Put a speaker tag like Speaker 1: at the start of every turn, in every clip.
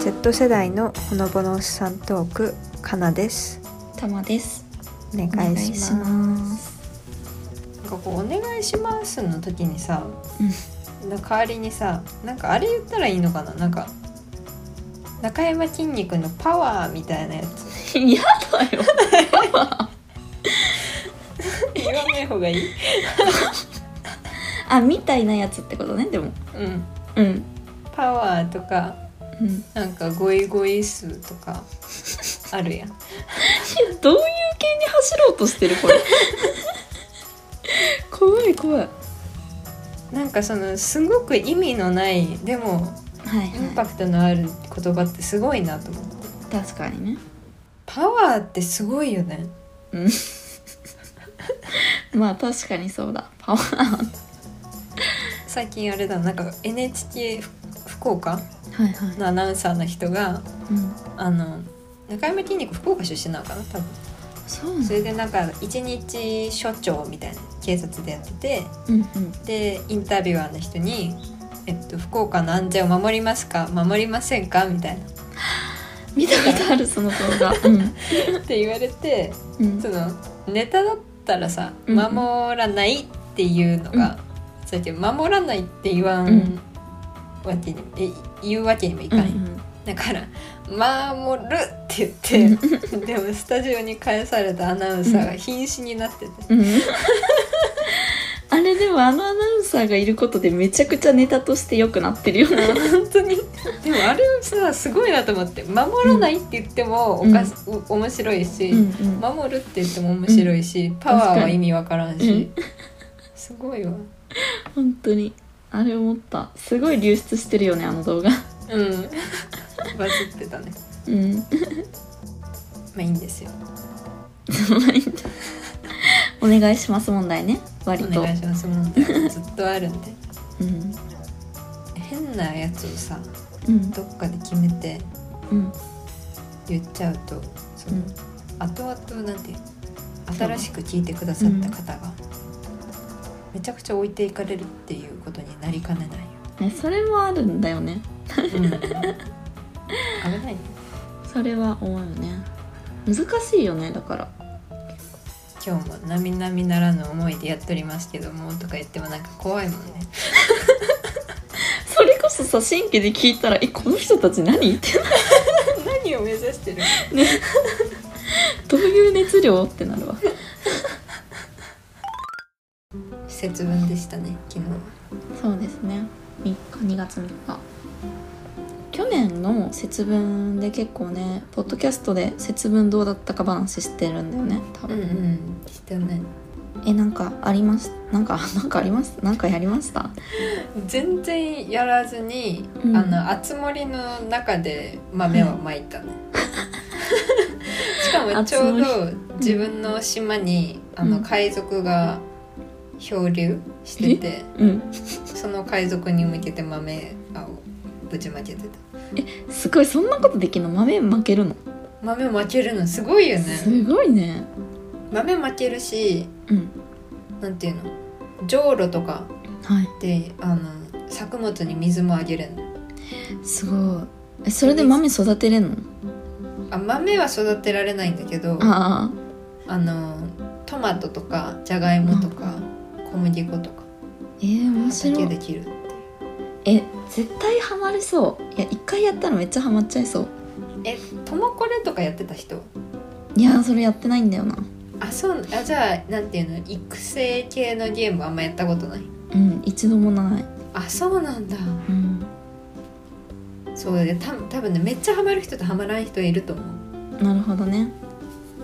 Speaker 1: Z 世代のほのぼのおっさんトークかなです
Speaker 2: たまです。
Speaker 1: お願
Speaker 2: お願
Speaker 1: い
Speaker 2: い
Speaker 1: します
Speaker 2: します。
Speaker 1: なんかこう「お願いします」の時にさ、
Speaker 2: う
Speaker 1: の代わりにさなんかあれ言ったらいいのかななんか中山きんに君のパワーみたいなやつ
Speaker 2: 嫌だよ。
Speaker 1: 言わない方がいい
Speaker 2: あ、みたいなやつってことね、でも。
Speaker 1: うん
Speaker 2: うん。
Speaker 1: パワーとか
Speaker 2: うん。
Speaker 1: なんかゴイゴイ数とかあるやん
Speaker 2: どういう系に走ろうとしてる、 これ。怖い怖い。は
Speaker 1: なんかそのすごく意味のないでも
Speaker 2: い、
Speaker 1: イン
Speaker 2: は
Speaker 1: パクトのある言葉ってすごいなと思って
Speaker 2: い。確かにね。
Speaker 1: パワーってすごいよね
Speaker 2: まあ、確かにそうだ。パワー。
Speaker 1: 最近あれだなんか NHK ふ福岡
Speaker 2: はいはい。
Speaker 1: のアナウンサーの人が
Speaker 2: うん。
Speaker 1: あの中山筋肉福岡出身なのかな多分
Speaker 2: そうなん
Speaker 1: それでなんか一日署長みたいな警察でやってて
Speaker 2: うんうん。
Speaker 1: でインタビュアーの人に「えっと、福岡の安全を守りますか守りませんか?」みたいな
Speaker 2: 見たことある、その動画。 うん。
Speaker 1: って言われて
Speaker 2: うん
Speaker 1: そ。のネタだったらさ「
Speaker 2: うんうん
Speaker 1: 守らない」っていうのが、そうやって守らない」って言わん、
Speaker 2: うん
Speaker 1: わけにえ言うわけにもいか
Speaker 2: うんん
Speaker 1: や、だから「守る」って言ってでもスタジオに返されたアナウンサーが瀕死になってて、
Speaker 2: うん。うん。あれでもあのアナウンサーがいることでめちゃくちゃネタとして良くなってるよね
Speaker 1: 本当にでもあれさすごいなと思って「守らない」って言ってもおかし、お面白いし、
Speaker 2: うん
Speaker 1: 守る」って言っても面白いし、パワーは意味わからんし、すごいわ。
Speaker 2: 本当にあれ思ったすごい流出してるよねあの動画
Speaker 1: うん、バズってたね。
Speaker 2: うん
Speaker 1: ま
Speaker 2: ま
Speaker 1: あいいんですよ。
Speaker 2: あいいんだお願いします問題ね割
Speaker 1: お
Speaker 2: と
Speaker 1: 願いします問題ずっとあるんで。
Speaker 2: うん
Speaker 1: 変なやつをさ、
Speaker 2: うん
Speaker 1: どっかで決めて
Speaker 2: うん
Speaker 1: 言っちゃうと、そうの
Speaker 2: ん
Speaker 1: 後々なんていうの新しく聞いてくださった方が、めちゃくちゃ置いていかれるっていうことになりかねないよ。
Speaker 2: ねそれもあるんだよね
Speaker 1: うん、危ないね。
Speaker 2: それは思うよね難しいよねだから
Speaker 1: 今日も並々ならぬ思いでやっておりますけどもとか言ってもなんか怖いもんね。
Speaker 2: それこそさ新規で聞いたら「えこの人たち何?」って
Speaker 1: 何を目指してるの
Speaker 2: どういう熱量ってなるわ
Speaker 1: 節分でしたね、昨日は。
Speaker 2: そうですね3日2月3日去年の節分で結構ねポッドキャストで節分どうだったか話してるんだよね多
Speaker 1: う
Speaker 2: 分、
Speaker 1: んうん、きっとね。
Speaker 2: えなんかありますなんか なんかありますなんかやりました
Speaker 1: 全然やらずに、
Speaker 2: うん
Speaker 1: あの熱盛の中で豆をまいたね、 しかもちょうど自分の島に、あ
Speaker 2: う
Speaker 1: の
Speaker 2: ん
Speaker 1: 海賊が漂流してて、
Speaker 2: うん
Speaker 1: その海賊に向けて豆をぶちまけてた
Speaker 2: すごいそんなことできるの豆負けるの、
Speaker 1: 豆負けるのすごいよね
Speaker 2: すごいね
Speaker 1: 豆負けるし
Speaker 2: うん
Speaker 1: なんていうのじょうろとか
Speaker 2: はい
Speaker 1: であの作物に水もあげれるの
Speaker 2: すごいえそれで豆育てれんの
Speaker 1: あ豆は育てられないんだけど
Speaker 2: あ
Speaker 1: あのトマトとかじゃがいもとか小麦粉とか
Speaker 2: あえー、面白
Speaker 1: 畑
Speaker 2: い
Speaker 1: できる
Speaker 2: え絶対ハマりそういや一回やったらめっちゃハマっちゃいそう
Speaker 1: えトマコレとかやってた人
Speaker 2: いやーそれやってないんだよな
Speaker 1: あそうあじゃあなんていうの育成系のゲームあんまやったことない
Speaker 2: うん一度もない
Speaker 1: あそうなんだ
Speaker 2: うん
Speaker 1: そうでた多分ねめっちゃハマる人とハマらない人いると思う
Speaker 2: なるほどね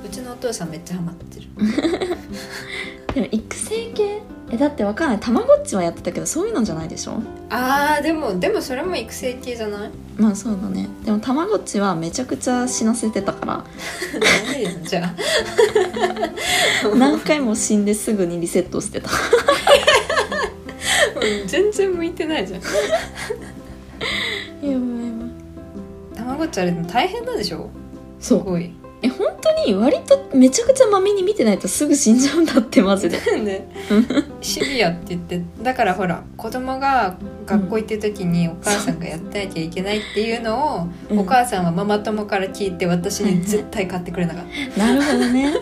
Speaker 1: うちのお父さんめっちゃハマってる
Speaker 2: でも育成系えだってわかんないたまごっちはやってたけどそういうのじゃないでしょ
Speaker 1: あーでもでもそれも育成系じゃ ない
Speaker 2: まあそうだねでもたまごっちはめちゃくちゃ死なせてたから
Speaker 1: ダメやんじゃあ
Speaker 2: 何回も死んですぐにリセットしてた
Speaker 1: 全然向いてないじゃん
Speaker 2: やばいやばい
Speaker 1: たまごっちあれでも大変なんでしょす
Speaker 2: そう
Speaker 1: ごい
Speaker 2: え本当にに割とめちゃくちゃまめに見てないとすぐ死んじゃうんだってマ ジで
Speaker 1: でシビアって言ってだからほら子供が学校行ってる時にお母さんがやってなきゃいけないっていうのを、
Speaker 2: うん
Speaker 1: お母さんはママ友から聞いて私に絶対買ってくれなかった、
Speaker 2: なるほどね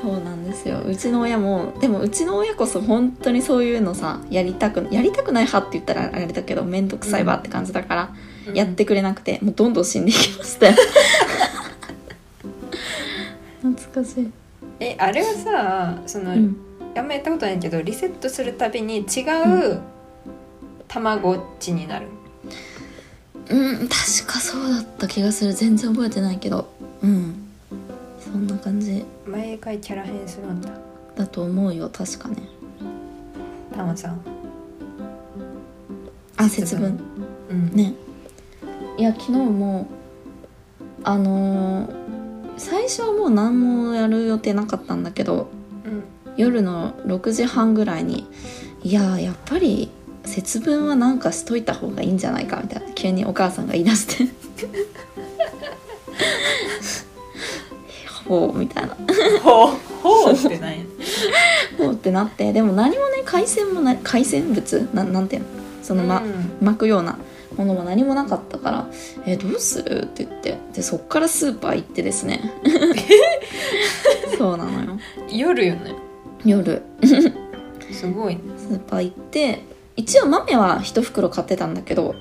Speaker 2: そうなんですようちの親もでもうちの親こそ本当にそういうのさやりたくやりたくない派って言ったらあれだけど面倒くさいわって感じだから、
Speaker 1: うん
Speaker 2: やってくれなくてもうどんどん死んでいきましたよ懐かしい、
Speaker 1: えあれはさその、
Speaker 2: うん、
Speaker 1: あんまやったことないけどリセットするたびに違ううたまごっちになる、
Speaker 2: うん確かそうだった気がする全然覚えてないけどうんそんな感じ
Speaker 1: 毎回キャラ変するんだ
Speaker 2: だと思うよ確かね
Speaker 1: タマさん
Speaker 2: あ
Speaker 1: 節
Speaker 2: 節
Speaker 1: 分
Speaker 2: 分
Speaker 1: うん、
Speaker 2: ねいや昨日もあのー最初はもう何もやる予定なかったんだけど
Speaker 1: うん
Speaker 2: 夜の6時半ぐらいにいやーやっぱり節分はなんかしといた方がいいんじゃないかみたいな急にお母さんが言い出して 「ほう」みたいな
Speaker 1: ほうほうってない
Speaker 2: 「ほう」ってなってでも何もね海鮮もない海鮮物なんなんていうのそのま、
Speaker 1: うん
Speaker 2: 巻くようなものも何もなかったから「えどうする?」って言ってでそっからスーパー行ってですね そうなのよ
Speaker 1: 夜よね
Speaker 2: 夜
Speaker 1: すごいね
Speaker 2: スーパー行って一応豆は一袋買ってたんだけど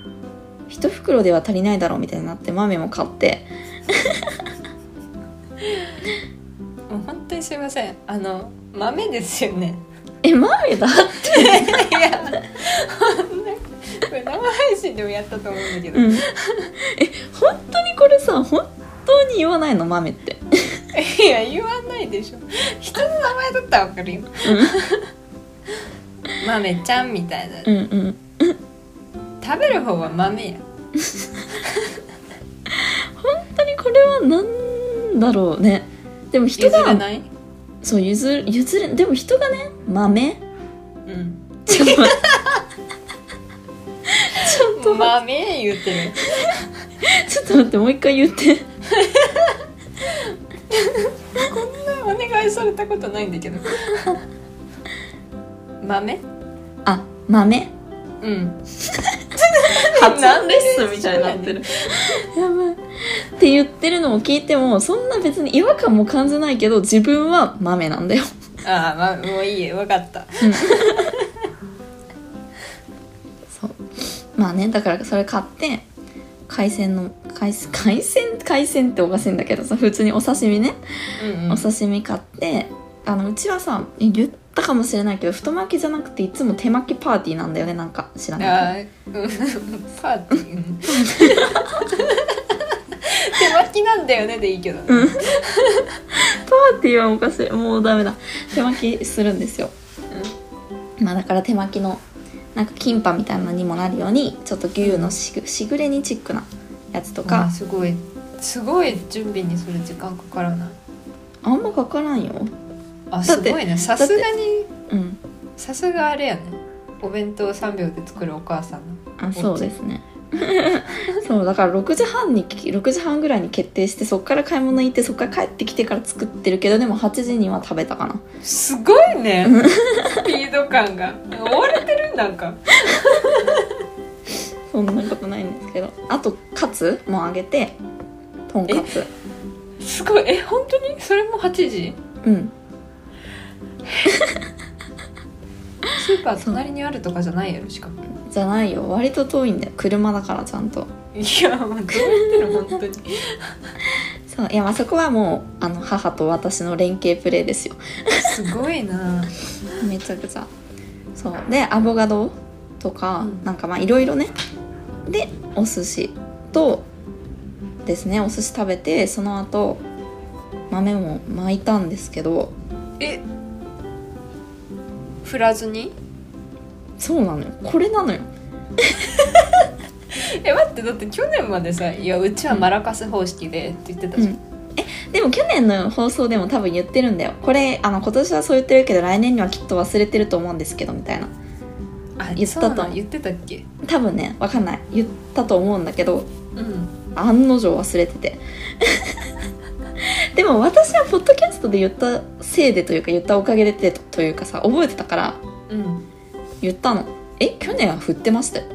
Speaker 2: 一袋では足りないだろうみたいになって豆も買って
Speaker 1: もう本当にすいませんあの豆ですよね
Speaker 2: え豆だ
Speaker 1: いやこんなこれ生配信でもやったと思うんだけど、
Speaker 2: うんえ本当にこれさ本当に言わないの豆って
Speaker 1: いや言わないでしょ人の名前だったらわかるよ豆ちゃんみたいな
Speaker 2: うんうん
Speaker 1: 食べる方は豆や
Speaker 2: 本当にこれは何だろうねでも人
Speaker 1: 譲れ
Speaker 2: が
Speaker 1: ない
Speaker 2: そう譲る譲れでも人がね豆
Speaker 1: う ん
Speaker 2: ちょっと待ってちょっと待
Speaker 1: 豆言ってる
Speaker 2: ってちょっと待ってもう一回言って
Speaker 1: お願いされたことないんだけど豆
Speaker 2: あ豆
Speaker 1: うん
Speaker 2: 発音レッスンみたいになってる やばいって言ってるのを聞いてもそんな別に違和感も感じないけど自分は豆なんだよ
Speaker 1: ああ、ま、もういいよわかった
Speaker 2: そうまあねだからそれ買って海鮮の海 鮮海鮮海鮮っておかしいんだけどさ普通にお刺身ね
Speaker 1: うんうん
Speaker 2: お刺身買ってあのうちはさ言ったかもしれないけど太巻きじゃなくていつも手巻きパーティーなんだよねなんか知らない
Speaker 1: あーうんパーティーうん 手巻きなんだよねでいいけどね
Speaker 2: うんパーティーはおかしいもうダメだ手巻きするんですよ、まあだから手巻きのなんかキンパみたいなのにもなるようにちょっと牛のしぐしぐれにチックなやつと
Speaker 1: あー
Speaker 2: か、
Speaker 1: すごいすごい準備にする時間かからない
Speaker 2: あんまかからんよ
Speaker 1: あ
Speaker 2: だ
Speaker 1: す
Speaker 2: って
Speaker 1: ごいねさすがに
Speaker 2: うん
Speaker 1: さすがあれやねお弁当3秒で作るお母さんの
Speaker 2: あそうですね そうだから6時半に6時半ぐらいに決定してそっから買い物行ってそっから帰ってきてから作ってるけどでも8時には食べたかな
Speaker 1: すごいねスピード感が追われてるんなんか
Speaker 2: そんなことないんですけどあとカツもあげてとんかつ
Speaker 1: すごいえ本当にそれも8時
Speaker 2: うん
Speaker 1: スーパー隣にあるとかじゃないやろしかも
Speaker 2: じゃないよ割と遠いんだよ車だからちゃんと
Speaker 1: いやもうどうやってる本当に
Speaker 2: そういやまあそこはもうあの母と私の連携プレーですよ
Speaker 1: すごいな
Speaker 2: めちゃくちゃそうでアボカドとか、
Speaker 1: うん
Speaker 2: なんかまあいろいろねでお寿司とですねお寿司食べてその後豆も巻いたんですけど
Speaker 1: え振らずに
Speaker 2: そうなのよこれなのよ
Speaker 1: え待ってだって去年までさ「いやうちはマラカス方式で」って言ってたじゃん、
Speaker 2: でも去年の放送でも多分言ってるんだよこれあの今年はそう言ってるけど来年にはきっと忘れてると思うんですけどみたいな
Speaker 1: あ
Speaker 2: 言ったと
Speaker 1: そうなん言ってたっけ
Speaker 2: 多分ねわかんない言ったと思うんだけど
Speaker 1: うん
Speaker 2: 案の定忘れてて でも私はポッドキャストで言ったせいでというか言ったおかげでってというかさ覚えてたから
Speaker 1: うん
Speaker 2: 言ったのえ去年は振ってましたよ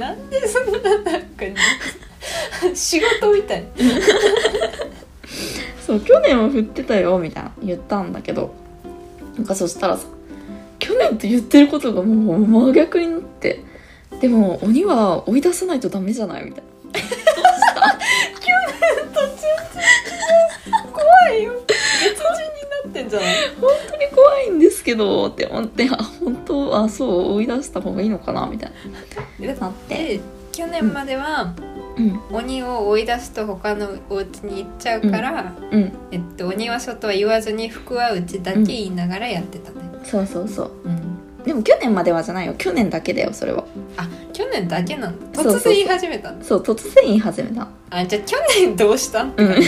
Speaker 1: なんでそんななんかね 仕事みたい
Speaker 2: そう去年は振ってたよみたいな言ったんだけどなんかそしたらさ去年と言ってることがもう真逆になってでも鬼は追い出さないとダメじゃないみたいな
Speaker 1: 怖いよ別人になってんじゃない
Speaker 2: 本当に怖いんですけどって思ってあ本当あそう追い出した方がいいのかなみたい
Speaker 1: だって
Speaker 2: ななって
Speaker 1: で去年までは
Speaker 2: うん
Speaker 1: 鬼を追い出すと他のお家に行っちゃうから、
Speaker 2: うん
Speaker 1: えっと、鬼は外は言わずに福は内だけ言いながらやってたね、
Speaker 2: そうそうそう
Speaker 1: うん、
Speaker 2: でも去年まではじゃないよ去年だけだよそれは
Speaker 1: あ去年だけなの突
Speaker 2: そうそう
Speaker 1: 然
Speaker 2: そう
Speaker 1: 言い始めたの
Speaker 2: そう突然言い始めた
Speaker 1: あじゃあ去年どうしたん
Speaker 2: うん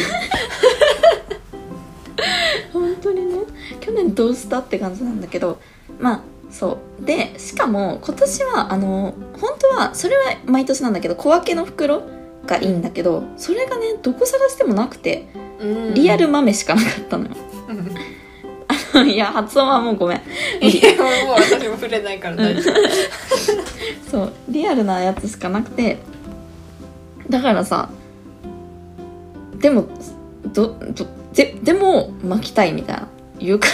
Speaker 2: 本当にね去年どうしたって感じなんだけどまあそうでしかも今年はあの本当はそれは毎年なんだけど小分けの袋がいいんだけどそれがねどこ探してもなくて
Speaker 1: うん
Speaker 2: リアル豆しかなかったのよ、
Speaker 1: うん
Speaker 2: いや発音はもうごめん
Speaker 1: いやもう私も触れないから大丈夫
Speaker 2: そうリアルなやつしかなくてだからさでもどどででも巻きたいみたいな言うか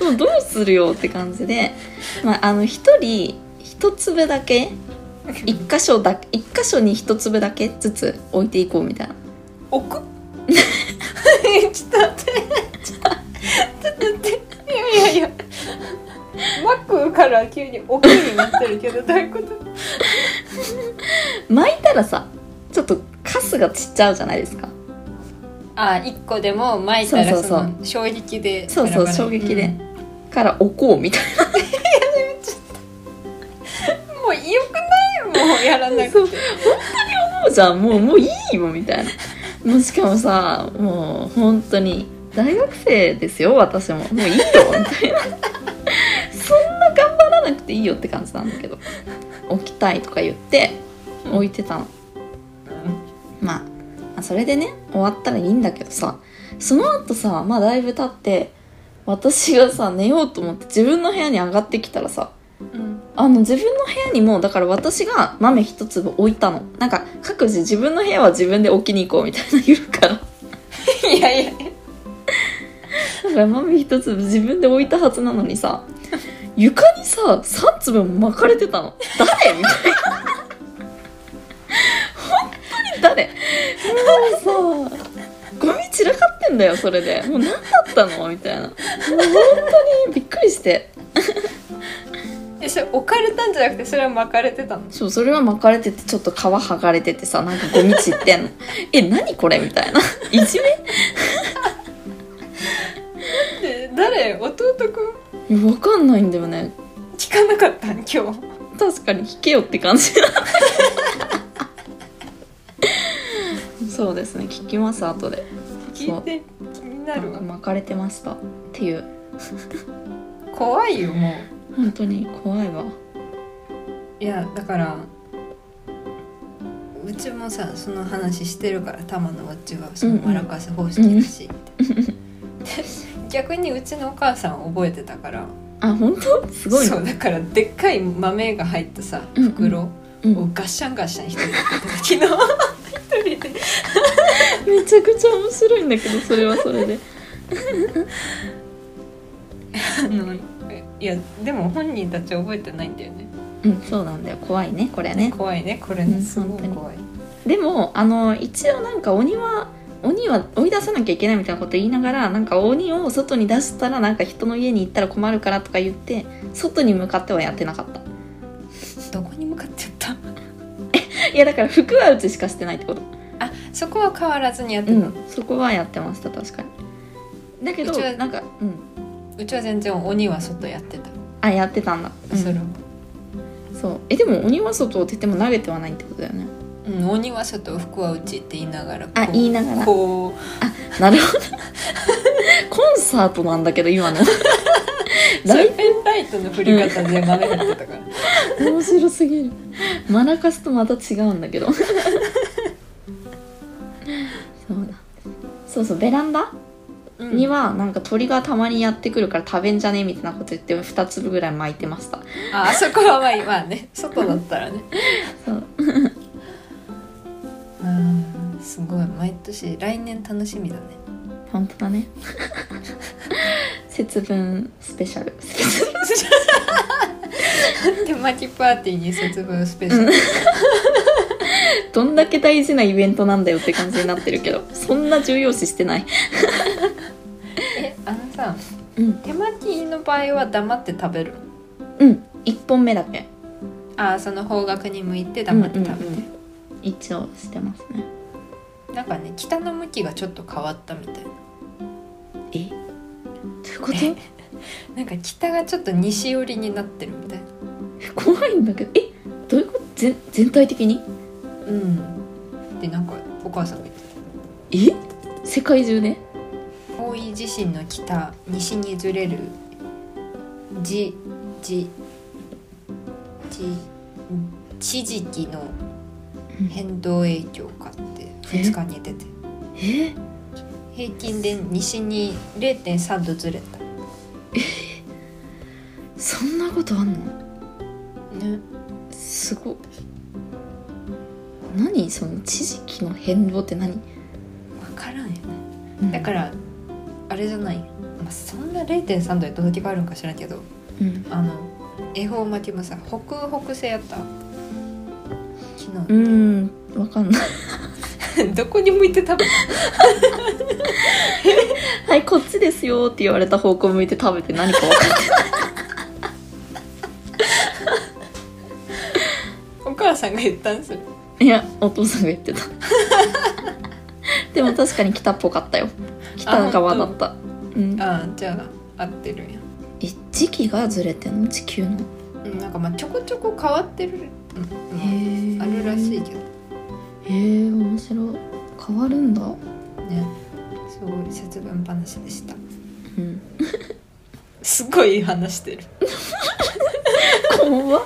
Speaker 2: ら もうどうするよって感じで、まあ、あの一人一粒だけ一箇所だ一箇所に一粒だけずつ置いていこうみたいな
Speaker 1: 置くちょっと待ってちょっと待っていやいやいやマックから急に置くになってるけどどういうこと
Speaker 2: 巻いたらさちょっとカスが散っちゃうじゃないですか
Speaker 1: あ一個でも巻いたら
Speaker 2: そうそうそ
Speaker 1: そうの衝撃で
Speaker 2: そうそう衝撃で、から置こうみたい
Speaker 1: うんもうよくないもうやらな
Speaker 2: な
Speaker 1: く
Speaker 2: そう
Speaker 1: て
Speaker 2: もうじゃんもうもういいよみたいなもうしかもさもう本当に大学生ですよ私ももういいよみたいなそんな頑張らなくていいよって感じなんだけど置きたいとか言って置いてたのまあ、まあそれでね終わったらいいんだけどさその後さまあだいぶ経って私がさ寝ようと思って自分の部屋に上がってきたらさ
Speaker 1: うん
Speaker 2: あの自分の部屋にもだから私が豆一粒置いたのなんか各自自分の部屋は自分で置きに行こうみたいな言うから
Speaker 1: いやいや
Speaker 2: だから豆一粒自分で置いたはずなのにさ床にさ3粒も巻かれてたの誰みたいな本当に誰もうさゴミ散らかってんだよそれでもう何だったのみたいなもう本当にびっくりして
Speaker 1: えそれ置かれたんじゃなくてそれは巻かれてたの
Speaker 2: そう、それは巻かれてて、ちょっと皮剥がれててさ、なんかゴミ散ってんの。 え、何これみたいな。いじめ
Speaker 1: で誰弟くん
Speaker 2: いやわかんないんだよね。
Speaker 1: 聞かなかったん今日
Speaker 2: 確かに引けよって感じ そうですね、聞きます、後で。
Speaker 1: 聞いて気にな
Speaker 2: な
Speaker 1: る
Speaker 2: んか
Speaker 1: わ
Speaker 2: 巻かれてました。っていう。
Speaker 1: 怖いよも
Speaker 2: 本当に怖いわ。
Speaker 1: ういやだからうちもさその話してるから玉のうちはそのマラカス方式だしって、で逆にうちのお母さん覚えてたから
Speaker 2: あ、本当すごい
Speaker 1: そ
Speaker 2: な。
Speaker 1: うだからでっかい豆が入ったさ
Speaker 2: うんうん
Speaker 1: 袋を
Speaker 2: うん、
Speaker 1: ガッシャンガッシャン一人でやってた昨日一人で
Speaker 2: めちゃくちゃ面白いんだけど、それはそれで。
Speaker 1: あのいやでも本人たち覚えてないんだよね
Speaker 2: うん、そうなんだよ。怖いね、これね。
Speaker 1: 怖いねこれ
Speaker 2: う
Speaker 1: ね
Speaker 2: ん
Speaker 1: すごい
Speaker 2: 本当に
Speaker 1: 怖い
Speaker 2: でもあの一応なんか鬼は鬼は追い出さなきゃいけないみたいなこと言いながらなんか鬼を外に出したらなんか人の家に行ったら困るからとか言って外に向かってはやってなかった
Speaker 1: どこに向かってった
Speaker 2: いやだから服はうちしかしてないってこと
Speaker 1: あそこは変わらずにやって
Speaker 2: う
Speaker 1: た、うん
Speaker 2: そこはやってました確かにだけど
Speaker 1: うちは
Speaker 2: なんかうん
Speaker 1: ちは全然鬼は外やってた、
Speaker 2: あやってたんだ、うん
Speaker 1: それを
Speaker 2: そうえでも鬼は外を出ても投げてはないってことだよね
Speaker 1: うん、鬼は外服は内って言いながらこう
Speaker 2: あ言いながら
Speaker 1: こ
Speaker 2: なるほ どコンサートなんだけど今の
Speaker 1: う
Speaker 2: ライ
Speaker 1: ペンライトの振り方で豆振ってたから、
Speaker 2: 面白すぎるマラカスとまた違うんだけどそうそうベランダ
Speaker 1: うん
Speaker 2: にはなんか鳥がたまにやってくるから食べんじゃねえみたいなこと言って2粒ぐらい巻いてました
Speaker 1: ああそこはまあまあね外だったらね
Speaker 2: そう
Speaker 1: うんすごい毎年来年楽しみだね
Speaker 2: 本当だね節分スペシャル
Speaker 1: 手巻きパーティーに節分スペシャル、
Speaker 2: どんだけ大事なイベントなんだよって感じになってるけどそんな重要視してない
Speaker 1: えあのさ
Speaker 2: うん
Speaker 1: 手巻きの場合は黙って食べる
Speaker 2: うん1本目だけ
Speaker 1: ああその方角に向いて黙って食べて、
Speaker 2: うんうんうん一応してますね
Speaker 1: なんかね北の向きがちょっと変わったみたいな
Speaker 2: えどういうこ
Speaker 1: えなんか北がちょっと西寄りになってるみたいな
Speaker 2: と怖いんだけどえどういうこと全全体的に
Speaker 1: うんでなんかお母さんが言って
Speaker 2: え世界中で
Speaker 1: た方位地震の北西にずれるじじじ地磁気の変動影響かって2日に出て
Speaker 2: え
Speaker 1: 平均で西に0.3度ずれた
Speaker 2: そんなことあんの
Speaker 1: ね
Speaker 2: すごっ何その地磁気の変動って何、
Speaker 1: 分からんよね
Speaker 2: うん、、
Speaker 1: だかららあれじゃない、まあ、そんな0.3度でどの時があるんか知らんけど
Speaker 2: うん、
Speaker 1: あの恵方巻きもさ北北西やった昨
Speaker 2: う
Speaker 1: 日、
Speaker 2: ーんわかんない
Speaker 1: どこに向いて食べた
Speaker 2: はいこっちですよって言われた方向向いて食べて何かわかん ない
Speaker 1: お母さんが言ったんする
Speaker 2: いやお父さんが言ってた でも確かに北っぽかったよ北側だったうん
Speaker 1: ああじゃあ合ってるんや
Speaker 2: え時期がずれてんの地球の
Speaker 1: うんなんかまあちょこちょこ変わってる、うんうん、あるらしいけど
Speaker 2: へえ面白い変わるんだ
Speaker 1: ねすごい節分話でした
Speaker 2: うん
Speaker 1: すごい話してる
Speaker 2: 怖っそんな話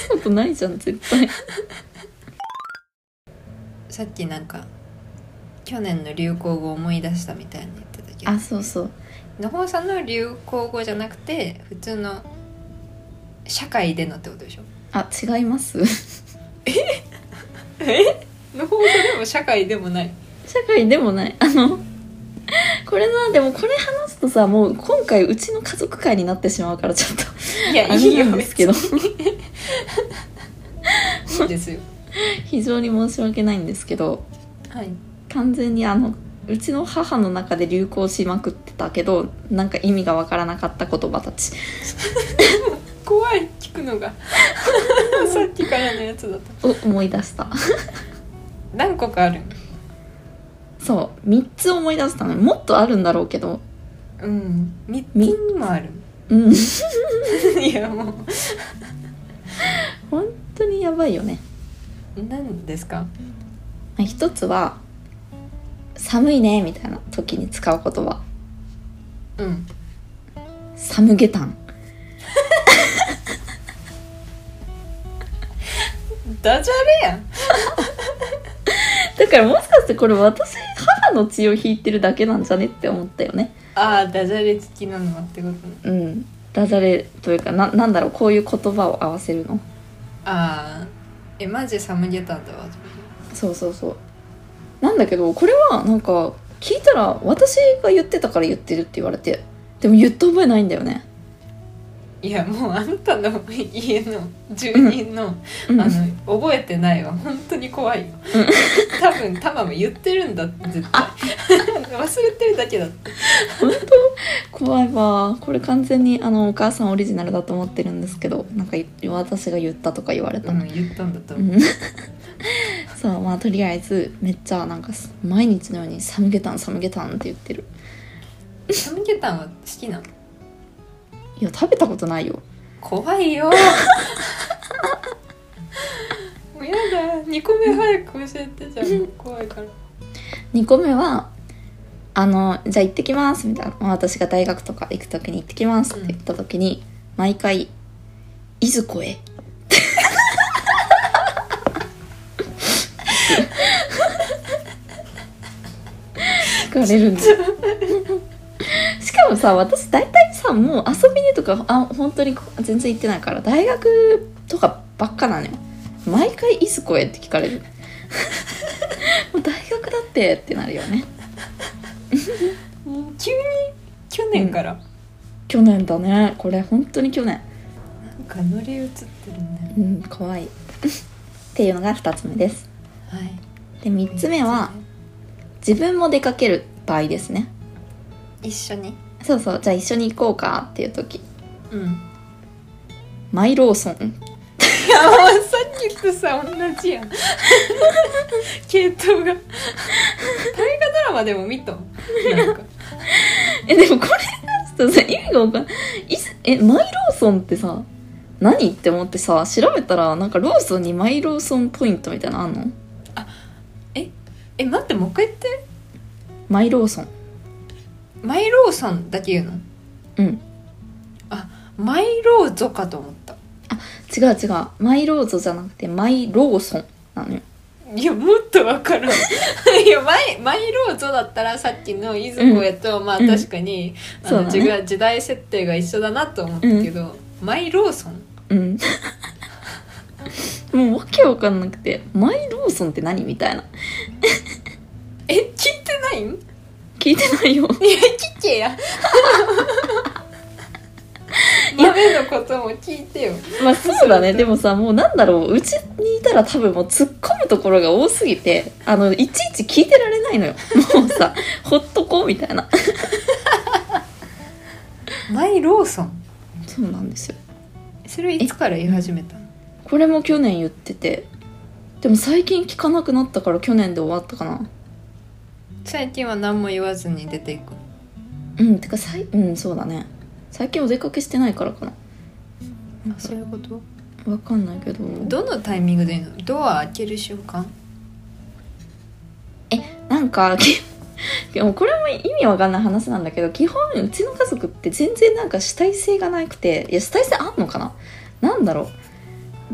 Speaker 2: すことないじゃん絶対
Speaker 1: さっきなんか去年の流行語思い出したみたいに言ってたけど
Speaker 2: あそうそう
Speaker 1: 野放さんの流行語じゃなくて普通の社会でのってことでしょ
Speaker 2: あ違います
Speaker 1: え野放さでも社会でもない
Speaker 2: 社会でもないあのこれなでもこれ話すとさもう今回うちの家族会になってしまうからちょっと
Speaker 1: い
Speaker 2: あ
Speaker 1: やいい
Speaker 2: れな
Speaker 1: よ
Speaker 2: んですけど
Speaker 1: 別にいいですよ
Speaker 2: 非常に申し訳ないんですけど
Speaker 1: はい
Speaker 2: 完全にあのうちの母の中で流行しまくってたけどなんか意味がわからなかった言葉たち
Speaker 1: 怖い聞く のがさっきからのやつだと
Speaker 2: を思い出した
Speaker 1: 何個かある
Speaker 2: そう3つ思い出したのもっとあるんだろうけど
Speaker 1: うん3つにもある
Speaker 2: うん
Speaker 1: いやも
Speaker 2: 本当にやばいよね
Speaker 1: う何ですか
Speaker 2: 一つは「寒いね」みたいな時に使う言葉
Speaker 1: うん
Speaker 2: 「寒げたん
Speaker 1: ダジャレやん」
Speaker 2: だからもしかしてこれ私母の血を引いてるだけなんじゃねって思ったよね
Speaker 1: ああダジャレ好きなのはってことね
Speaker 2: うんダジャレというかななんだろうこういう言葉を合わせるの
Speaker 1: ああえマジサムゲタンだわ
Speaker 2: そうそうそうなんだけどこれはなんか聞いたら私が言ってたから言ってるって言われてでも言った覚えないんだよね
Speaker 1: いやもうあんたの家の住人の
Speaker 2: うん
Speaker 1: あの覚えてないわ本当に怖いよ、
Speaker 2: うん
Speaker 1: 多分タマも言ってるんだって絶対忘れてるだけだって
Speaker 2: 怖いわこれ完全にあのお母さんオリジナルだと思ってるんですけどなんか私が言ったとか言われた、
Speaker 1: うん言ったんだと思う、
Speaker 2: うん そうまあとりあえずめっちゃなんかす毎日のように「サムゲタンサムゲタン」って言ってる
Speaker 1: サムゲタンは好きなの
Speaker 2: いや食べたことないよ
Speaker 1: 怖いよもうやだ2個目早く教えてじゃん怖いから
Speaker 2: 2個目は「あのじゃあ行ってきます」みたいなまあ私が大学とか行く時に「行ってきます」って言った時に、毎回「いずこへ」疲れるんだしかもさ私大体さもう遊びにとかあ本当に全然行ってないから大学とかばっかなのよ毎回「いつ来え?」って聞かれるもう大学だってってなるよね
Speaker 1: うん急に去年から、
Speaker 2: 去年だねこれ本当に去年
Speaker 1: なんか乗り移ってるね
Speaker 2: うん怖いっていうのが2つ目です
Speaker 1: はい
Speaker 2: で3つ目は自分も出かける場合ですね
Speaker 1: 一緒に
Speaker 2: そうそうじゃあ一緒に行こうかっていう時
Speaker 1: うん
Speaker 2: マイローソン
Speaker 1: いやもうさっきとさ同じ やん系統が大河ドラマでも見たなんか
Speaker 2: えでもこれちょっとさ意味が分かんないいつえマイローソンってさ何って思ってさ調べたらなんかローソンにマイローソンポイントみたいなのあんの
Speaker 1: え待ってもう一回言って
Speaker 2: マイローソン
Speaker 1: マイローさんだけ言うの
Speaker 2: うん
Speaker 1: マイローゾかと思った
Speaker 2: 違う違うマイローゾじゃなくてマイローソンなのよ
Speaker 1: いやもっとわからん いやマイマイローゾだったらさっきのいずこやと、まあ
Speaker 2: うん
Speaker 1: 確かに、あの
Speaker 2: そうだね
Speaker 1: 時代時代設定が一緒だなと思ったけど、マイローソン
Speaker 2: うん もうわけわかんなくてマイローソンって何みたいな
Speaker 1: え聞いてないんいや
Speaker 2: 聞いてな いよ
Speaker 1: 聞け や豆のことも聞いてよ
Speaker 2: まあそうだねでもさもうなんだろううちにいたら多分もう突っ込むところが多すぎてあのいちいち聞いてられないのよ もうさほっとこうみたいな
Speaker 1: マイローソン
Speaker 2: そうなんですよ
Speaker 1: それはいつから言い始めたの
Speaker 2: これも去年言っててでも最近聞かなくなったから去年で終わったかな
Speaker 1: 最近は何も言わずに出ていく
Speaker 2: うんてかさいうんそうだね最近お出かけしてないからかな
Speaker 1: あそういうこと
Speaker 2: わかんないけど
Speaker 1: どのタイミングで言うのドア開ける瞬間
Speaker 2: なんか きでもこれも意味わかんない話なんだけど基本うちの家族って全然なんか主体性がなくていや主体性あんのかななんだろう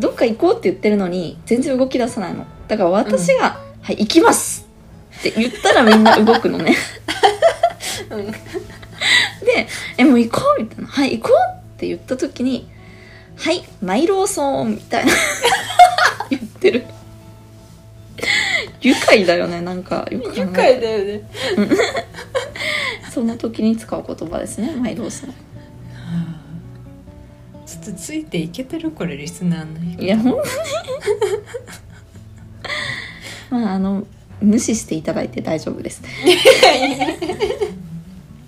Speaker 2: どっか行こうって言ってるのに全然動き出さないのだから私が「はい行きます!」って言ったらみんな動くのね
Speaker 1: うん
Speaker 2: で「えもう行こう」みたいな「はい行こう」って言った時に「はいマイローソン」みたいな 言ってる愉快だよねなんかよく考えたら
Speaker 1: だよね
Speaker 2: そんな時に使う言葉ですね、マイローソン。
Speaker 1: ちょっとついていけてるこれリスナーの人
Speaker 2: いや、本当 に。まあ、あの、無視していただいて大丈夫です。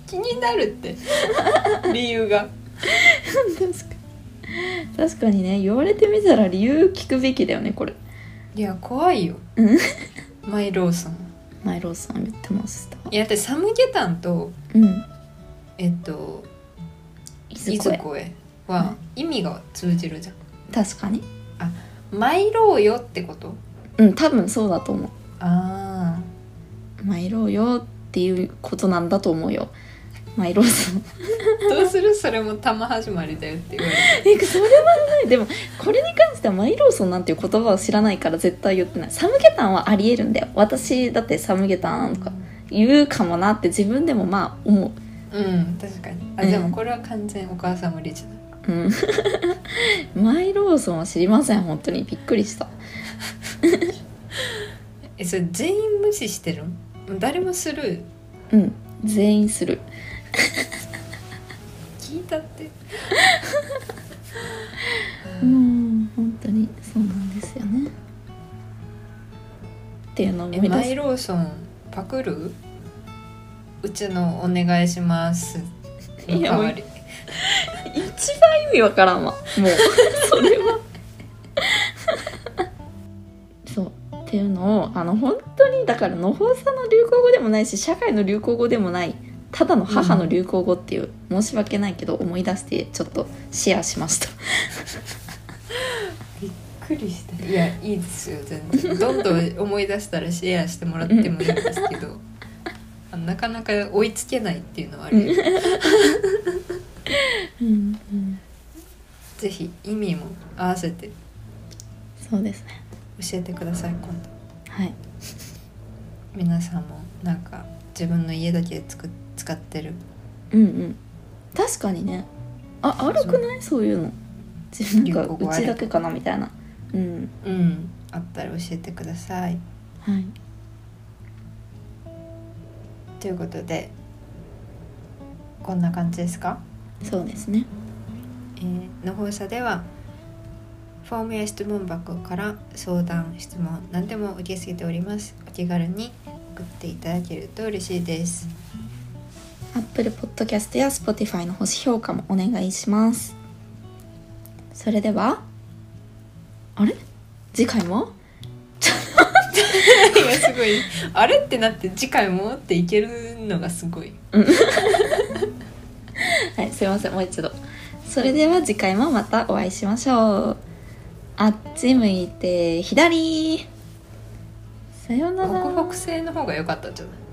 Speaker 1: 気になるって 理由が
Speaker 2: 確かにね、言われてみたら理由聞くべきだよね、これ。
Speaker 1: いや怖いよ
Speaker 2: うん
Speaker 1: マイローソン
Speaker 2: マイローソン言ってました。
Speaker 1: いやだってサムゲタンと
Speaker 2: うん。
Speaker 1: えっと
Speaker 2: い
Speaker 1: い
Speaker 2: ずこ
Speaker 1: ず
Speaker 2: へ。
Speaker 1: こへは意味が通じるじゃ
Speaker 2: 確かに。
Speaker 1: んマイローよってこと
Speaker 2: うん、多分そうだと思う。
Speaker 1: あ
Speaker 2: マイローよっていうことなんだと思うよ。マイローソン。
Speaker 1: あどうするそれも玉始まりだよって言われて
Speaker 2: えそれはないでもこれに関してはマイローソンなんていう言葉を知らないから絶対言ってないサムゲタンはありえるんだよ私だってサムゲタンとか言うかもなって自分でもまあ思
Speaker 1: うん確かにあ
Speaker 2: うん、
Speaker 1: でもこれは完全お母さん無理じゃないう
Speaker 2: うん、 マイローソンは知りません本当にびっくりした
Speaker 1: えそれ全員無視してるん誰もスルー
Speaker 2: うん全員する
Speaker 1: 聞いたって
Speaker 2: う
Speaker 1: うん
Speaker 2: ん本当にそうなんですよねっていうのを思
Speaker 1: え
Speaker 2: い
Speaker 1: マ
Speaker 2: 出
Speaker 1: イ
Speaker 2: し
Speaker 1: ローソンパクるうちのお願いしますの
Speaker 2: いや
Speaker 1: 代わり
Speaker 2: 一番意味わからんわもう それは そうっていうのをあの本当にだから野放さの流行語でもないし社会の流行語でもないただの母の流行語っていう、申し訳ないけど思い出してちょっとシェアしました
Speaker 1: びっくりしたいやいいですよ全然どんどん思い出したらシェアしてもらってもいいんですけど あなかなか追いつけないっていうのはあるよ、
Speaker 2: うん、
Speaker 1: ぜひ意味も合わせて
Speaker 2: そうですね
Speaker 1: 教えてください今度
Speaker 2: はい
Speaker 1: 皆さんもなんか自分の家だけつく使ってる
Speaker 2: うんうん確かにねあ悪くないそういうの自分なん
Speaker 1: 流
Speaker 2: か
Speaker 1: 行語
Speaker 2: う
Speaker 1: ある
Speaker 2: ちだけかなみたいなうん
Speaker 1: うんあったら教えてください
Speaker 2: はい
Speaker 1: ということでこんな感じですか、
Speaker 2: そうですね
Speaker 1: えー、の放射ではフォームや質問箱から相談質問何でも受け付けておりますお気軽に送っていただけると嬉 しいです
Speaker 2: アップルポッドキャストや Spotify の星評価もお願いしますそれではあれ次回も
Speaker 1: いやすごいあれってなって次回もっていけるのがすごい
Speaker 2: はいすいませんもう一度それでは次回もまたお会いしましょうあっち向いて左さようなら
Speaker 1: 北北西の方が良かったんじゃない